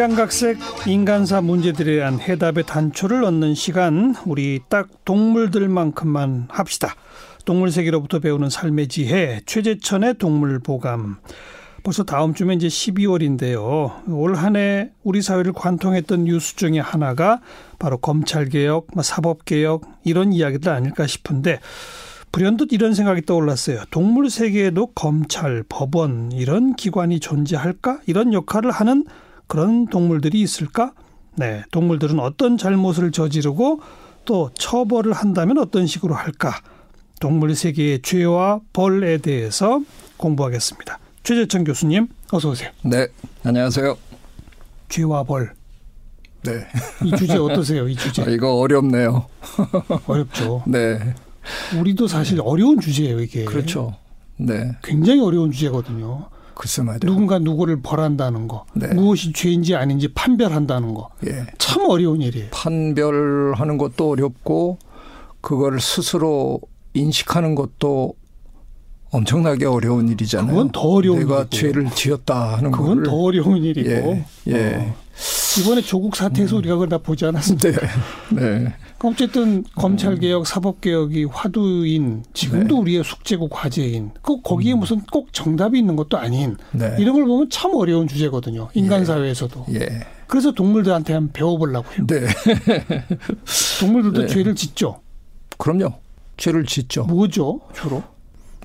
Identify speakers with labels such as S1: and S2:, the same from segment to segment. S1: 각양각색 인간사 문제들에 대한 해답의 단초를 얻는 시간 우리 딱 동물들만큼만 합시다. 동물 세계로부터 배우는 삶의 지혜 최재천의 동물 보감. 벌써 다음 주면 이제 12월인데요. 올 한 해 우리 사회를 관통했던 뉴스 중에 하나가 바로 검찰 개혁, 뭐 사법 개혁 이런 이야기들 아닐까 싶은데 불현듯 이런 생각이 떠올랐어요. 동물 세계에도 검찰, 법원 이런 기관이 존재할까? 이런 역할을 하는 그런 동물들이 있을까? 네, 동물들은 어떤 잘못을 저지르고 또 처벌을 한다면 어떤 식으로 할까? 동물 세계의 죄와 벌에 대해서 공부하겠습니다. 최재천 교수님, 어서 오세요.
S2: 네, 안녕하세요.
S1: 죄와 벌.
S2: 네.
S1: 이 주제 어떠세요? 이 주제
S2: 아, 이거 어렵네요.
S1: 어렵죠.
S2: 네,
S1: 예. 우리도 사실 어려운 주제예요, 이게.
S2: 그렇죠. 네,
S1: 굉장히 어려운 주제거든요.
S2: 글쎄 말이요.
S1: 네. 누군가 누구를 벌한다는 거,
S2: 네.
S1: 무엇이 죄인지 아닌지 판별한다는 거,
S2: 예,
S1: 참 어려운 일이에요.
S2: 판별하는 것도 어렵고 그걸 스스로 인식하는 것도 엄청나게 어려운 일이잖아요.
S1: 그건 더 어려운
S2: 내가
S1: 일이고.
S2: 죄를 지었다 하는
S1: 그건
S2: 거를.
S1: 더 어려운 일이고.
S2: 예, 음. 예.
S1: 어. 이번에 조국 사태에서 우리가 그걸 다 보지 않았습니까?
S2: 네, 네,
S1: 어쨌든
S2: 음.
S1: 검찰개혁, 사법개혁이 화두인
S2: 네.
S1: 지금도 우리의 숙제고 과제인 꼭 거기에 무슨 꼭 정답이 있는 것도 아닌
S2: 음. 네.
S1: 이런 걸 보면 참 어려운 주제거든요. 인간 사회에서도.
S2: 예,
S1: 그래서 동물들한테 한번 배워보려고요.
S2: 네.
S1: 동물들도
S2: 네.
S1: 죄를 짓죠.
S2: 그럼요. 죄를 짓죠.
S1: 뭐죠 주로?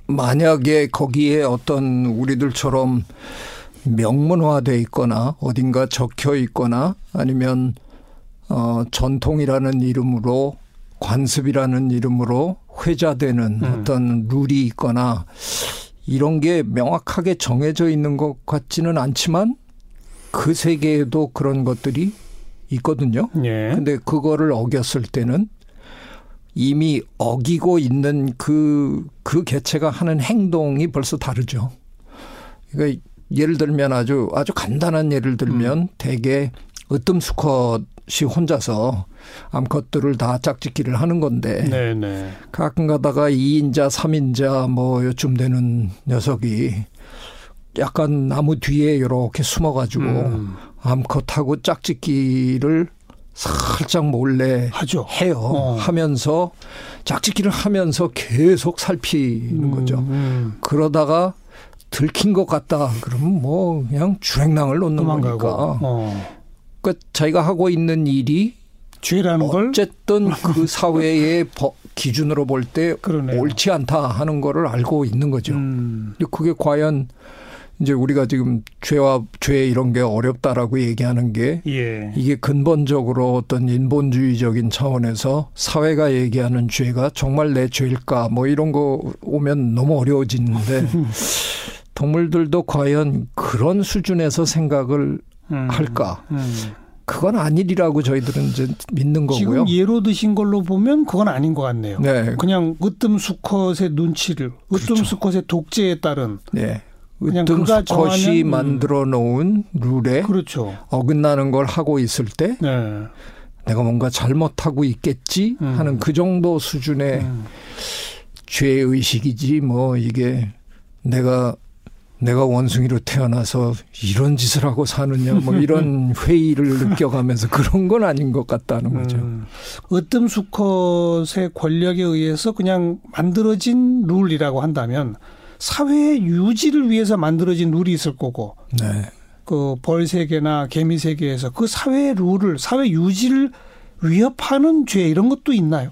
S2: 만약에 거기에 어떤 우리들처럼 명문화돼 있거나 어딘가 적혀 있거나 아니면 어 전통이라는 이름으로 관습이라는 이름으로 회자되는 어떤 룰이 있거나 이런 게 명확하게 정해져 있는 것 같지는 않지만 그 세계에도 그런 것들이 있거든요.
S1: 예.
S2: 근데 그거를 어겼을 때는 이미 어기고 있는 그, 그 개체가 하는 행동이 벌써 다르죠. 그러니까 예를 들면 아주, 아주 간단한 예를 들면
S1: 음.
S2: 대개 으뜸수컷이 혼자서 암컷들을 다 짝짓기를 하는 건데
S1: 네, 네.
S2: 가끔 가다가 2인자, 3인자 뭐 요쯤 되는 녀석이 약간 나무 뒤에 이렇게 숨어가지고
S1: 음.
S2: 암컷하고 짝짓기를 살짝 몰래
S1: 하죠.
S2: 해요.
S1: 어.
S2: 하면서 짝짓기를 하면서 계속 살피는 거죠.
S1: 음.
S2: 그러다가 들킨 것 같다. 그러면 뭐 그냥 주행랑을 놓는
S1: 도망가고.
S2: 거니까.
S1: 어.
S2: 그러니까 자기가 하고 있는 일이
S1: 죄라는 걸
S2: 어쨌든 그 사회의 법 기준으로 볼 때
S1: 그러네요.
S2: 옳지 않다 하는 거를 알고 있는 거죠.
S1: 음.
S2: 근데 그게 과연 이제 우리가 지금 죄와 죄 이런 게 어렵다라고 얘기하는 게
S1: 예.
S2: 이게 근본적으로 어떤 인본주의적인 차원에서 사회가 얘기하는 죄가 정말 내 죄일까 뭐 이런 거 오면 너무 어려워지는데 동물들도 과연 그런 수준에서 생각을
S1: 음.
S2: 할까?
S1: 음.
S2: 그건 아니라고 저희들은 이제 믿는 거고요.
S1: 지금 예로 드신 걸로 보면 그건 아닌 것 같네요.
S2: 네,
S1: 그냥 으뜸 수컷의 눈치를, 으뜸
S2: 그렇죠.
S1: 수컷의 독재에 따른
S2: 네.
S1: 그냥 그가
S2: 으뜸수컷이
S1: 정하는- 음.
S2: 만들어 놓은 룰에
S1: 그렇죠.
S2: 어긋나는 걸 하고 있을 때
S1: 네.
S2: 내가 뭔가 잘못하고 있겠지
S1: 음.
S2: 하는 그 정도 수준의
S1: 음.
S2: 죄의식이지 뭐 이게 내가 내가 원숭이로 태어나서 이런 짓을 하고 사느냐 뭐 이런 회의를 느껴가면서 그런 건 아닌 것 같다는 거죠.
S1: 음. 으뜸 수컷의 권력에 의해서 그냥 만들어진 룰이라고 한다면 사회의 유지를 위해서 만들어진 룰이 있을 거고
S2: 네.
S1: 그 벌 세계나 개미 세계에서 그 사회의 룰을 사회 유지를 위협하는 죄 이런 것도 있나요?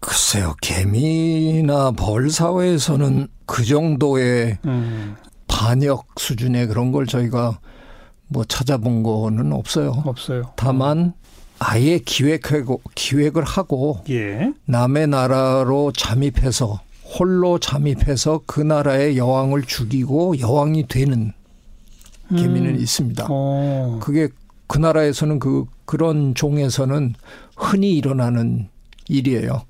S2: 글쎄요, 개미나 벌 사회에서는 그 정도의
S1: 음,
S2: 반역 수준의 그런 걸 저희가 뭐 찾아본 거는 없어요.
S1: 없어요.
S2: 다만 아예 기획하고 기획을 하고
S1: 예.
S2: 남의 나라로 잠입해서 홀로 잠입해서 그 나라의 여왕을 죽이고 여왕이 되는 개미는 있습니다.
S1: 음. 어.
S2: 그게 그 나라에서는 그 그런 종에서는 흔히 일어나는 일이에요.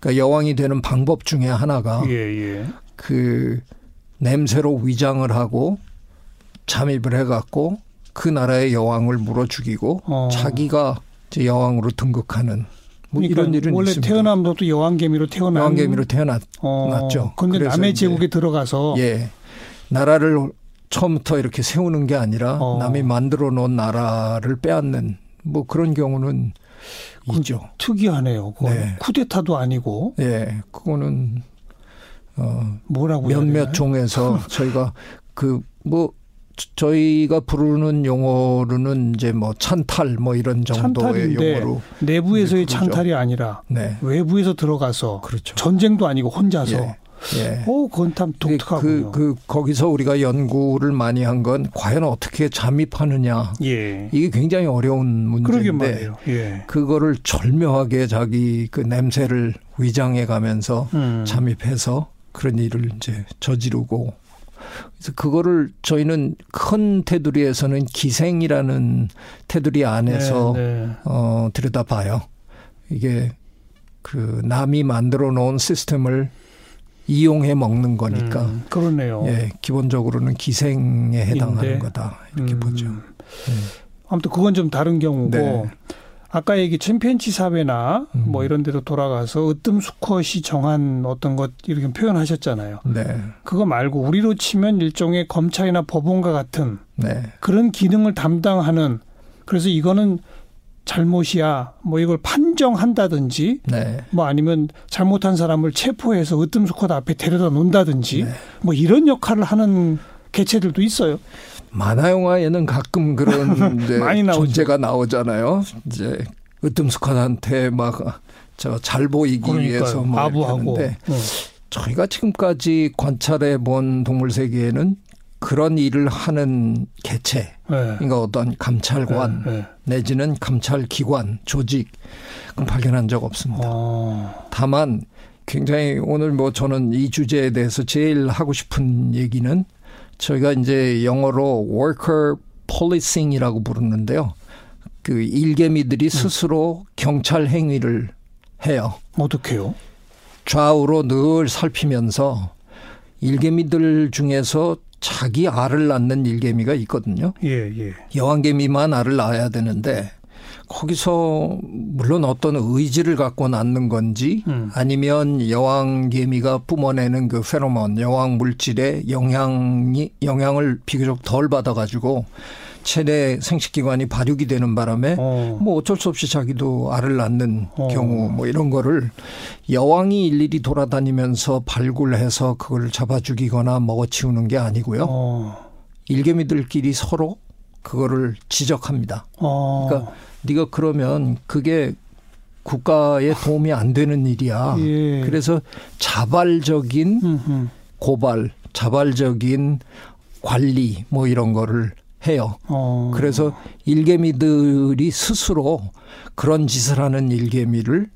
S2: 그러니까 여왕이 되는 방법 중에 하나가
S1: 예, 예.
S2: 그 냄새로 위장을 하고 잠입을 해갖고 그 나라의 여왕을 물어 죽이고
S1: 어.
S2: 자기가 이제 여왕으로 등극하는 뭐 이런
S1: 그러니까
S2: 일은
S1: 원래
S2: 있습니다.
S1: 태어남부터 여왕개미로 태어난
S2: 여왕개미로 태어났
S1: 어,
S2: 났죠.
S1: 근데
S2: 그래서 예.
S1: 남의
S2: 이제-
S1: 제국에 들어가서
S2: 예. 나라를 처음부터 이렇게 세우는 게 아니라
S1: 어.
S2: 남이 만들어 놓은 나라를 빼앗는 뭐 그런 경우는
S1: 그-
S2: 있죠.
S1: 특이하네요. 그건
S2: 네.
S1: 쿠데타도 아니고
S2: 예, 그거는 어,
S1: 뭐라고 해야
S2: 몇몇
S1: 되나요?
S2: 종에서 저희가 그 뭐 저희가 부르는 용어로는 이제 뭐 찬탈 뭐 이런 정도의
S1: 찬탈인데.
S2: 용어로
S1: 내부에서의
S2: 그거죠.
S1: 찬탈이 아니라
S2: 네
S1: 외부에서 들어가서
S2: 그렇죠.
S1: 전쟁도 아니고 혼자서
S2: 예, 예.
S1: 오 그건 참 독특하군요.
S2: 그, 그 거기서 우리가 연구를 많이 한 건 과연 어떻게 잠입하느냐
S1: 예.
S2: 이게 굉장히 어려운
S1: 그러게
S2: 문제인데
S1: 말이에요. 예.
S2: 그거를 절묘하게 자기 그 냄새를 위장해 가면서
S1: 음.
S2: 잠입해서 그런 일을 이제 저지르고 그래서 그거를 저희는 큰 테두리에서는 기생이라는 테두리 안에서
S1: 네, 네.
S2: 어, 들여다봐요. 이게 그 남이 만들어 놓은 시스템을 이용해 먹는 거니까
S1: 음, 그러네요.
S2: 예, 기본적으로는 기생에 해당하는
S1: 인데.
S2: 거다 이렇게
S1: 음.
S2: 보죠.
S1: 아무튼 그건 좀 다른 경우고
S2: 네.
S1: 아까 얘기 챔피언치 사회나
S2: 음.
S1: 뭐 이런 데로 돌아가서 으뜸 수컷이 정한 어떤 것 이렇게 표현하셨잖아요.
S2: 네,
S1: 그거 말고 우리로 치면 일종의 검찰이나 법원과 같은
S2: 네,
S1: 그런 기능을 담당하는 그래서 이거는 잘못이야 뭐 이걸 판정한다든지
S2: 네.
S1: 뭐 아니면 잘못한 사람을 체포해서 으뜸 수컷 앞에 데려다 놓는다든지
S2: 네.
S1: 뭐 이런 역할을 하는 개체들도 있어요.
S2: 만화 영화에는 가끔 그런 이제
S1: 많이 나오죠.
S2: 존재가 나오잖아요. 이제 으뜸숙한한테 막 아, 저 잘 보이기 위해서
S1: 그러니까요.
S2: 뭐
S1: 아부하고.
S2: 이렇게 하는데
S1: 어.
S2: 저희가 지금까지 관찰해 본 동물 세계에는 그런 일을 하는 개체,
S1: 네.
S2: 그러니까 어떤 감찰관
S1: 네, 네.
S2: 내지는 감찰 기관, 조직 그건 발견한 적 없습니다. 아,
S1: 어.
S2: 다만 굉장히 오늘 뭐 저는 이 주제에 대해서 제일 하고 싶은 얘기는 저희가 이제 영어로 worker policing이라고 부르는데요. 그 일개미들이 스스로 경찰 행위를 해요.
S1: 어떡해요?
S2: 좌우로 늘 살피면서 일개미들 중에서 자기 알을 낳는 일개미가 있거든요.
S1: 예, 예.
S2: 네. 여왕개미만 알을 낳아야 되는데 거기서 물론 어떤 의지를 갖고 낳는 건지
S1: 음.
S2: 아니면 여왕개미가 뿜어내는 그 페로몬 여왕 물질의 영향이 영향을 비교적 덜 받아가지고 체내 생식기관이 발육이 되는 바람에
S1: 어.
S2: 뭐 어쩔 수 없이 자기도 알을 낳는
S1: 어.
S2: 경우 뭐 이런 거를 여왕이 일일이 돌아다니면서 발굴해서 그걸 잡아 죽이거나 먹어치우는 게 아니고요.
S1: 어.
S2: 일개미들끼리 서로 그거를 지적합니다.
S1: 어.
S2: 그러니까 네가 그러면 그게 국가에 도움이 안 되는 일이야.
S1: 예.
S2: 그래서 자발적인
S1: 음, 음.
S2: 고발, 자발적인 관리 뭐 이런 거를 해요.
S1: 어.
S2: 그래서 일개미들이 스스로 그런 짓을 하는 일개미를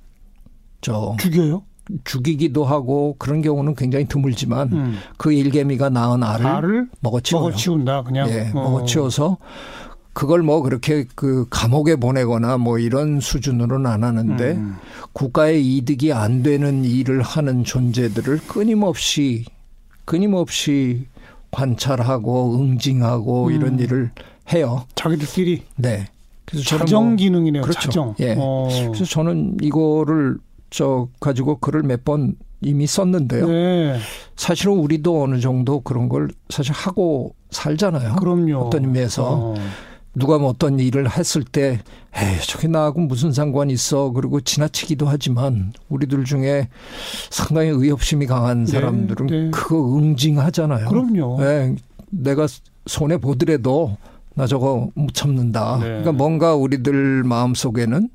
S2: 저
S1: 죽여요?
S2: 죽이기도 하고 그런 경우는 굉장히 드물지만
S1: 음.
S2: 그 일개미가 낳은 알을
S1: 알을
S2: 먹어치워요.
S1: 먹어치운다 그냥.
S2: 예,
S1: 어.
S2: 먹어치워서 그걸 뭐 그렇게 그 감옥에 보내거나 뭐 이런 수준으로는 안 하는데
S1: 음.
S2: 국가의 이득이 안 되는 일을 하는 존재들을 끊임없이 끊임없이 관찰하고 응징하고
S1: 음.
S2: 이런 일을 해요.
S1: 자기들끼리
S2: 네. 그래서 저는
S1: 자정
S2: 뭐-
S1: 기능이네요.
S2: 그렇죠.
S1: 자정.
S2: 예.
S1: 어.
S2: 그래서 저는 이거를 저 가지고 글을 몇 번 이미 썼는데요.
S1: 네.
S2: 사실은 우리도 어느 정도 그런 걸 사실 하고 살잖아요.
S1: 그럼요.
S2: 어떤 의미에서
S1: 어.
S2: 누가 뭐 어떤 일을 했을 때, 에이, 저게 나하고 무슨 상관 있어. 그리고 지나치기도 하지만, 우리들 중에 상당히 의협심이 강한
S1: 네,
S2: 사람들은
S1: 네.
S2: 그거 응징하잖아요.
S1: 그럼요. 뭐.
S2: 예, 내가 손해 보더라도 나 저거 못 참는다.
S1: 네.
S2: 그러니까 뭔가 우리들 마음 속에는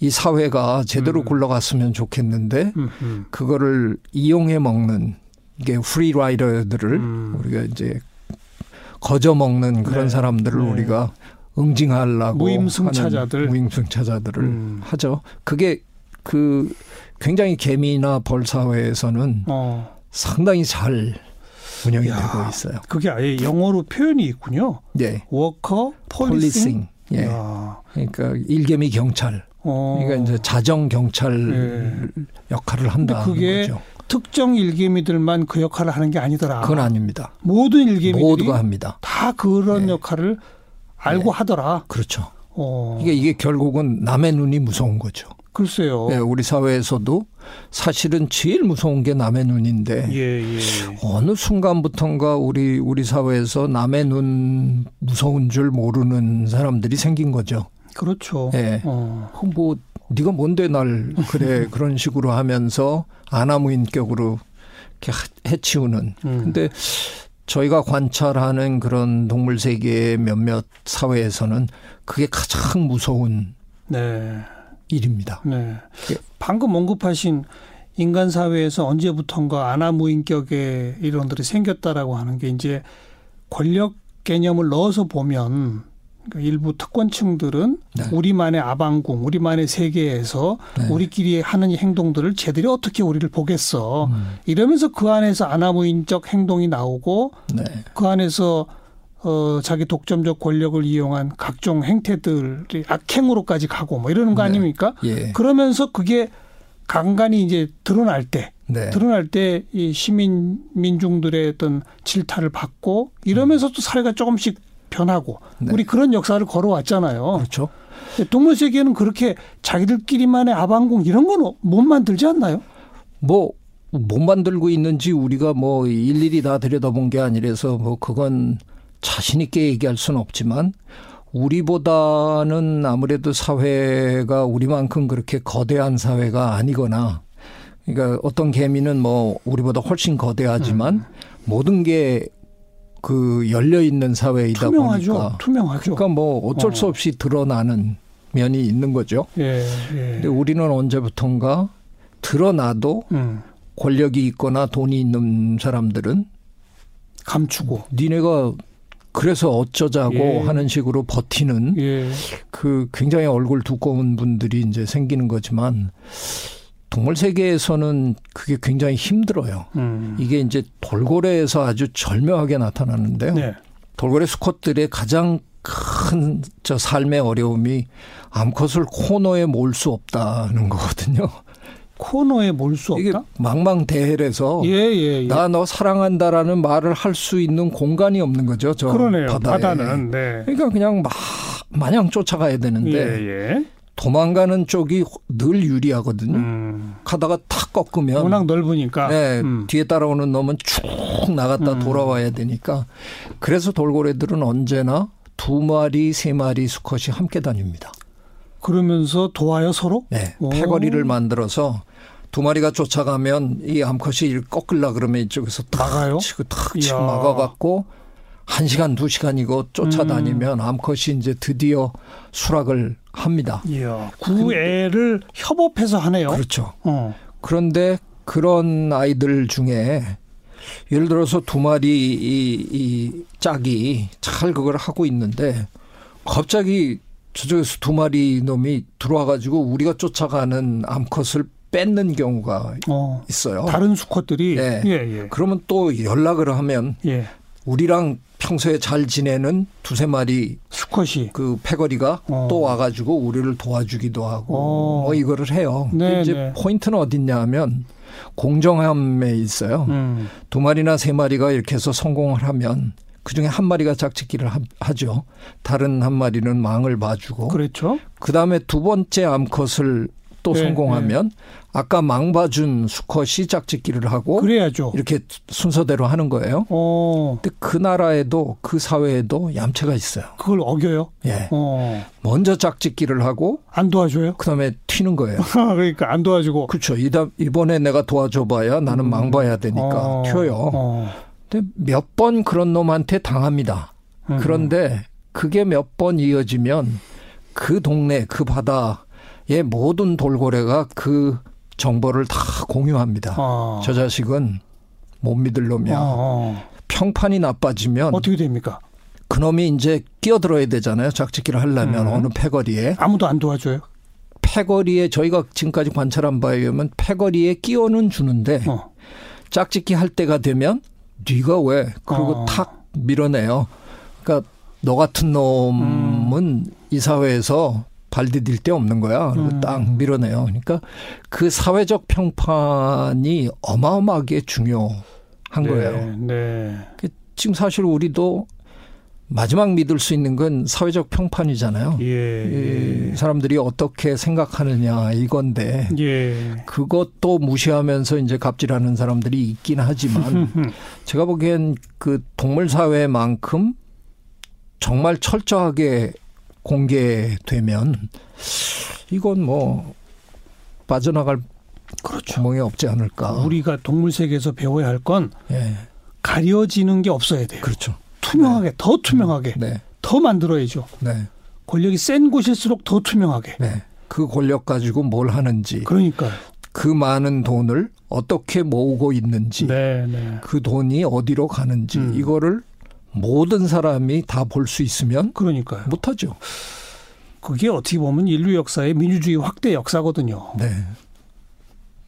S2: 이 사회가 제대로
S1: 음.
S2: 굴러갔으면 좋겠는데,
S1: 음, 음.
S2: 그거를 이용해 먹는 이게 프리라이더들을
S1: 음.
S2: 우리가 이제 거저 먹는 그런
S1: 네.
S2: 사람들을
S1: 네.
S2: 우리가 응징하려고
S1: 무임승차자들.
S2: 하는 무임승차자들을
S1: 음.
S2: 하죠. 그게 그 굉장히 개미나 벌 사회에서는
S1: 어.
S2: 상당히 잘 운영이
S1: 야.
S2: 되고 있어요.
S1: 그게 아예 영어로 표현이 있군요.
S2: 예,
S1: 워커 폴리싱.
S2: 폴리싱. 예,
S1: 야.
S2: 그러니까 일개미 경찰.
S1: 어. 네.
S2: 그러니까 이제 자정 경찰 역할을 한다는
S1: 그게
S2: 거죠.
S1: 특정 일개미들만 그 역할을 하는 게 아니더라.
S2: 그건 아닙니다.
S1: 모든 일개미들이
S2: 모두가 네. 합니다.
S1: 다 그런 역할을 알고 하더라.
S2: 그렇죠.
S1: 어.
S2: 이게 이게 결국은 남의 눈이 무서운 거죠.
S1: 글쎄요.
S2: 네, 우리 사회에서도 사실은 제일 무서운 게 남의 눈인데
S1: 예, 예.
S2: 어느 순간부턴가 우리 우리 사회에서 남의 눈 무서운 줄 모르는 사람들이 생긴 거죠.
S1: 그렇죠.
S2: 예.
S1: 어.
S2: 어, 뭐 네가 뭔데 날 그래 그런 식으로 하면서 아나무인격으로 이렇게 하- 해치우는.
S1: 음.
S2: 근데 저희가 관찰하는 그런 동물 세계의 몇몇 사회에서는 그게 가장 무서운
S1: 네.
S2: 일입니다.
S1: 네.
S2: 예.
S1: 방금 언급하신 인간 사회에서 언제부턴가 아나무인격의 이론들이 생겼다라고 하는 게 이제 권력 개념을 넣어서 보면 그 일부 특권층들은
S2: 네.
S1: 우리만의 아방궁, 우리만의 세계에서
S2: 네.
S1: 우리끼리 하는 이 행동들을 쟤들이 어떻게 우리를 보겠어.
S2: 음,
S1: 이러면서 그 안에서 아나무인적 행동이 나오고
S2: 네.
S1: 그 안에서 어, 자기 독점적 권력을 이용한 각종 행태들이 악행으로까지 가고 뭐 이러는 거
S2: 네.
S1: 아닙니까?
S2: 예.
S1: 그러면서 그게 간간히 이제 드러날 때,
S2: 네.
S1: 드러날 때 이 시민 민중들의 어떤 질타를 받고 이러면서 또 사회가 조금씩 변하고
S2: 네.
S1: 우리 그런 역사를 걸어왔잖아요.
S2: 그렇죠.
S1: 근데 동물 세계는 그렇게 자기들끼리만의 아방궁 이런 건 못 만들지 않나요?
S2: 뭐 못 만들고 있는지 우리가 뭐 일일이 다 들여다본 게 아니라서 뭐 그건 자신 있게 얘기할 수는 없지만 우리보다는 아무래도 사회가 우리만큼 그렇게 거대한 사회가 아니거나 그러니까 어떤 개미는 뭐 우리보다 훨씬 거대하지만
S1: 음.
S2: 모든 게 그 열려 있는 사회이다
S1: 투명하죠.
S2: 보니까
S1: 투명하죠.
S2: 그러니까 뭐 어쩔 수
S1: 어.
S2: 없이 드러나는 면이 있는 거죠.
S1: 예,
S2: 근데
S1: 예.
S2: 우리는 언제부턴가 드러나도
S1: 음,
S2: 권력이 있거나 돈이 있는 사람들은
S1: 감추고.
S2: 니네가 그래서 어쩌자고
S1: 예.
S2: 하는 식으로 버티는
S1: 예.
S2: 그 굉장히 얼굴 두꺼운 분들이 이제 생기는 거지만 동물 세계에서는 그게 굉장히 힘들어요.
S1: 음.
S2: 이게 이제 돌고래에서 아주 절묘하게 나타나는데요.
S1: 네.
S2: 돌고래 수컷들의 가장 큰 저 삶의 어려움이 암컷을 코너에 몰 수 없다는 거거든요.
S1: 코너에 몰 수
S2: 이게
S1: 없다.
S2: 망망대해에서
S1: 예, 예, 예.
S2: 나 너 사랑한다라는 말을 할 수 있는 공간이 없는 거죠. 저
S1: 그러네요.
S2: 바다에.
S1: 바다는 네.
S2: 그러니까 그냥 막 마냥 쫓아가야 되는데
S1: 예, 예.
S2: 도망가는 쪽이 늘 유리하거든요.
S1: 음.
S2: 가다가 탁 꺾으면
S1: 워낙 넓으니까.
S2: 네,
S1: 음.
S2: 뒤에 따라오는 놈은 쭉 나갔다 돌아와야 되니까 그래서 돌고래들은 언제나 두 마리 세 마리 수컷이 함께 다닙니다.
S1: 그러면서 도와요 서로?
S2: 네,
S1: 오.
S2: 패거리를 만들어서 두 마리가 쫓아가면 이 암컷이 꺾을라 그러면 이쪽에서 탁
S1: 막아요?
S2: 치고 그 탁 치고
S1: 어? 이야.
S2: 막아갖고 한 시간 두 시간 이거
S1: 음.
S2: 쫓아다니면 암컷이 이제 드디어 수락을 합니다.
S1: 이야, 구애를 협업해서 하네요.
S2: 그렇죠.
S1: 어.
S2: 그런데 그런 아이들 중에 예를 들어서 두 마리 이, 이 짝이 잘 그걸 하고 있는데 갑자기 저쪽에서 두 마리 놈이 들어와가지고 우리가 쫓아가는 암컷을 뺏는 경우가
S1: 어.
S2: 있어요.
S1: 다른 수컷들이
S2: 네.
S1: 예, 예.
S2: 그러면 또 연락을 하면
S1: 예.
S2: 우리랑 평소에 잘 지내는 두세 마리
S1: 수컷이
S2: 그 패거리가
S1: 어.
S2: 또 와가지고 우리를 도와주기도 하고
S1: 어.
S2: 뭐 이거를 해요. 근데
S1: 네,
S2: 이제
S1: 네.
S2: 포인트는 어딨냐 하면 공정함에 있어요.
S1: 음.
S2: 두 마리나 세 마리가 이렇게 해서 성공을 하면 그 중에 한 마리가 짝짓기를 하- 하죠. 다른 한 마리는 망을 봐주고
S1: 그렇죠?
S2: 그 다음에 두 번째 암컷을 또
S1: 네,
S2: 성공하면 아까 망 봐준 수컷이 짝짓기를 하고
S1: 그래야죠.
S2: 이렇게 순서대로 하는 거예요.
S1: 어.
S2: 근데 그 나라에도 그 사회에도 얌체가 있어요.
S1: 그걸 어겨요?
S2: 예.
S1: 어.
S2: 먼저 짝짓기를 하고
S1: 안 도와줘요?
S2: 그다음에 튀는 거예요.
S1: 그러니까 안 도와주고
S2: 그렇죠. 이다- 이번에 내가 도와줘봐야 나는 망봐야 되니까
S1: 음. 어.
S2: 그러니까 튀어요.
S1: 어.
S2: 근데 몇 번 그런 놈한테 당합니다.
S1: 음.
S2: 그런데 그게 몇 번 이어지면 그 동네 그 바다의 모든 돌고래가 그 정보를 다 공유합니다.
S1: 어.
S2: 저 자식은 못 믿을 놈이야.
S1: 어,
S2: 평판이 나빠지면
S1: 어. 떻게 됩니까?
S2: 그놈이 이제 끼어들어야 되잖아요. 작짓기를 하려면
S1: 음.
S2: 어느 패거리에.
S1: 아무도 안 도와줘요.
S2: 패거리에 저희가 지금까지 관찰한 바에 의하면 패거리에 끼어는 주는데
S1: 어.
S2: 짝짓기 할 때가 되면 네가 왜 그리고
S1: 어.
S2: 탁 밀어내요. 그러니까 너 같은 놈은 이 사회에서 발 디딜 데 없는 거야. 그리고
S1: 음.
S2: 딱 밀어내요. 그러니까 그 사회적 평판이 어마어마하게 중요한 거예요.
S1: 네. 네.
S2: 지금 사실 우리도 마지막 믿을 수 있는 건 사회적 평판이잖아요.
S1: 예. 예.
S2: 이 사람들이 어떻게 생각하느냐 이건데
S1: 예.
S2: 그것도 무시하면서 이제 갑질하는 사람들이 있긴 하지만 제가 보기엔 그 동물 사회만큼 정말 철저하게 공개되면 이건 뭐 빠져나갈
S1: 그렇죠.
S2: 구멍이 없지 않을까.
S1: 우리가 동물 세계에서 배워야 할 건
S2: 예,
S1: 가려지는 게 없어야 돼요.
S2: 그렇죠.
S1: 투명하게 더 투명하게
S2: 네,
S1: 더 만들어야죠.
S2: 네,
S1: 권력이 센 곳일수록 더 투명하게.
S2: 네. 그 권력 가지고 뭘 하는지,
S1: 그러니까요.
S2: 그 많은 돈을 어떻게 모으고 있는지,
S1: 네, 네.
S2: 그 돈이 어디로 가는지
S1: 음.
S2: 이거를 모든 사람이 다 볼 수 있으면
S1: 그러니까요.
S2: 못하죠.
S1: 그게 어떻게 보면 인류 역사의 민주주의 확대 역사거든요.
S2: 네,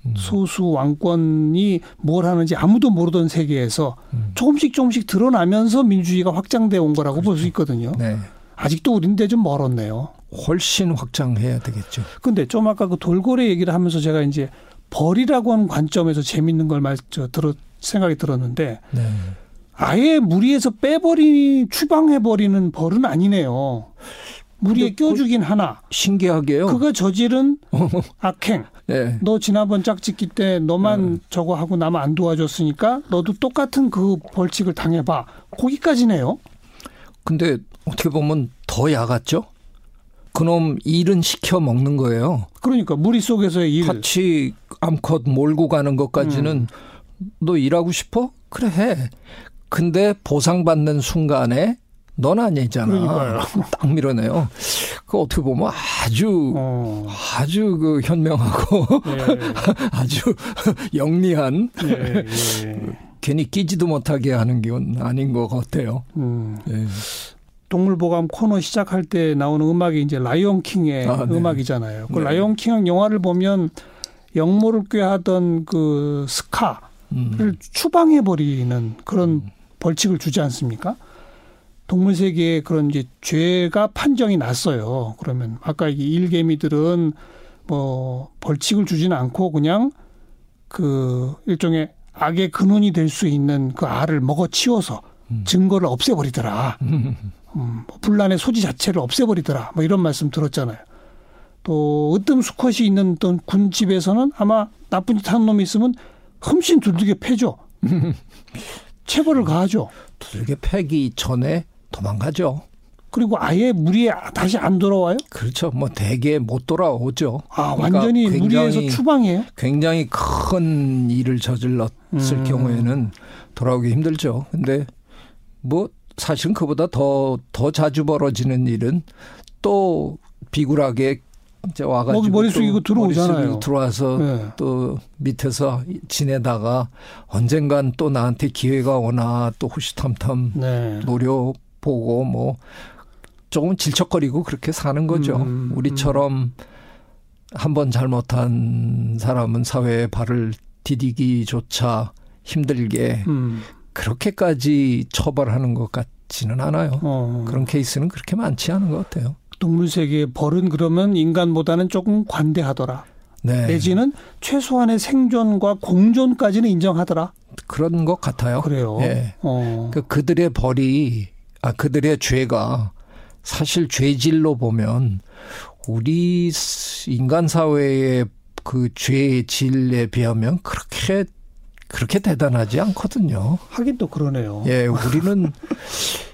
S2: 음.
S1: 소수 왕권이 뭘 하는지 아무도 모르던 세계에서
S2: 음.
S1: 조금씩 조금씩 드러나면서 민주주의가 확장돼 온 거라고 볼 수 있거든요.
S2: 네.
S1: 아직도 우린데 좀 멀었네요.
S2: 훨씬 확장해야 되겠죠.
S1: 근데 좀 아까 그 돌고래 얘기를 하면서 제가 이제 벌이라고 하는 관점에서 재밌는 걸 말, 저, 들어, 생각이 들었는데
S2: 네.
S1: 아예 무리에서 빼버리, 추방해버리는 벌은 아니네요. 무리에
S2: 근데 어. 그-
S1: 껴주긴 하나.
S2: 신기하게요.
S1: 그가 저지른 악행.
S2: 네.
S1: 너 지난번 짝짓기 때 너만 저거 하고 나만 안 도와줬으니까 너도 똑같은 그 벌칙을 당해봐. 거기까지네요.
S2: 근데 어떻게 보면 더 야같죠? 그놈 일은 시켜 먹는 거예요.
S1: 그러니까 무리 속에서의 일.
S2: 같이 암컷 몰고 가는 것까지는
S1: 음.
S2: 너 일하고 싶어? 그래 해. 근데 보상받는 순간에 넌 아니잖아.
S1: 그러니까요.
S2: 딱 밀어내요. 그 어떻게 보면 아주
S1: 어. 네.
S2: 아주 그 현명하고 아주 영리한
S1: 예, 예, 예.
S2: 괜히 끼지도 못하게 하는 건 아닌 것 같아요.
S1: 음.
S2: 예.
S1: 동물보감 코너 시작할 때 나오는 음악이 이제 라이온 킹의
S2: 아, 네.
S1: 음악이잖아요. 그
S2: 네.
S1: 라이온 킹 영화를 보면 영모를 꾀하던 그 스카를 그
S2: 음.
S1: 추방해 버리는 그런 벌칙을 주지 않습니까? 동물 세계에 그런 이제 죄가 판정이 났어요. 그러면 아까 이 일개미들은 뭐 벌칙을 주지는 않고 그냥 그 일종의 악의 근원이 될 수 있는 그 알을 먹어치워서
S2: 음.
S1: 증거를 없애버리더라. 음, 뭐 분란의 소지 자체를 없애버리더라. 뭐 이런 말씀 들었잖아요. 또 으뜸 수컷이 있는 어떤 군집에서는 아마 나쁜 짓 하는 놈이 있으면 흠씬 두들겨 패죠. 체벌을 가하죠.
S2: 두들겨 패기 전에 도망가죠.
S1: 그리고 아예 무리에 다시 안 돌아와요.
S2: 그렇죠. 뭐 대개 못 돌아오죠.
S1: 아
S2: 그러니까
S1: 완전히
S2: 굉장히-
S1: 무리에서 추방해요.
S2: 굉장히 큰 일을 저질렀을
S1: 음.
S2: 경우에는 돌아오기 힘들죠. 근데 뭐 사실은 그보다 더, 더 자주 벌어지는 일은 또 비굴하게 이제 와가지고
S1: 뭐 머리- 머리
S2: 또
S1: 숙이고 들어오잖아요.
S2: 머리 숙이고 들어와서
S1: 네.
S2: 또 밑에서 지내다가 언젠간 또 나한테 기회가 오나 또 호시탐탐
S1: 네.
S2: 노려보고 뭐 조금 질척거리고 그렇게 사는 거죠.
S1: 음,
S2: 우리처럼 한 번 잘못한 사람은 사회에 발을 디디기조차 힘들게
S1: 음.
S2: 그렇게까지 처벌하는 것 같지는 않아요.
S1: 어.
S2: 그런 케이스는 그렇게 많지 않은 것 같아요.
S1: 동물 세계의 벌은 그러면 인간보다는 조금 관대하더라.
S2: 네.
S1: 내지는 최소한의 생존과 공존까지는 인정하더라.
S2: 그런 것 같아요.
S1: 그래요.
S2: 예.
S1: 어.
S2: 그 그들의 벌이 아 그들의 죄가 사실 죄질로 보면 우리 스- 인간 사회의 그 죄의 질에 비하면 그렇게 그렇게 대단하지 않거든요.
S1: 하긴 또 그러네요.
S2: 예, 우리는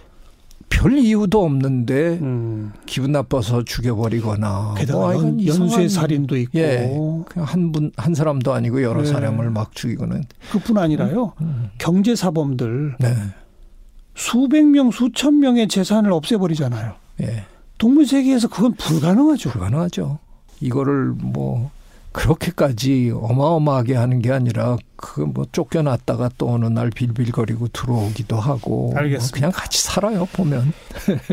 S2: 별 이유도 없는데
S1: 음.
S2: 기분 나빠서 죽여버리거나
S1: 게다가
S2: 어, 뭐 하여간
S1: 연,
S2: 이상한
S1: 연쇄 살인도 있고
S2: 예. 그냥 한 분 한 사람도 아니고 여러
S1: 네.
S2: 사람을 막 죽이고는
S1: 그뿐 아니라요
S2: 음.
S1: 경제 사범들
S2: 네,
S1: 수백 명 수천 명의 재산을 없애버리잖아요.
S2: 예.
S1: 동물 세계에서 그건 불가능하죠.
S2: 불가능하죠. 이거를 뭐 그렇게까지 어마어마하게 하는 게 아니라 그 뭐 쫓겨났다가 또 어느 날 빌빌거리고 들어오기도 하고 뭐
S1: 알겠습니다.
S2: 그냥 같이 살아요 보면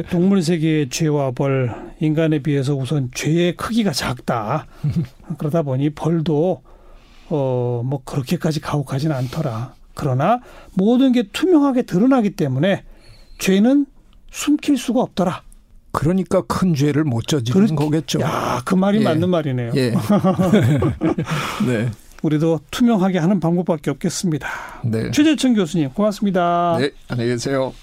S1: 동물 세계의 죄와 벌 인간에 비해서 우선 죄의 크기가 작다. 그러다 보니 벌도 어 뭐 그렇게까지 가혹하진 않더라. 그러나 모든 게 투명하게 드러나기 때문에 죄는 숨길 수가 없더라.
S2: 그러니까 큰 죄를 못 저지르는
S1: 그렇-
S2: 거겠죠.
S1: 야 그 말이
S2: 예.
S1: 맞는 말이네요.
S2: 예. 네.
S1: 우리도 투명하게 하는 방법밖에 없겠습니다.
S2: 네.
S1: 최재천 교수님 고맙습니다.
S2: 네. 안녕히 계세요.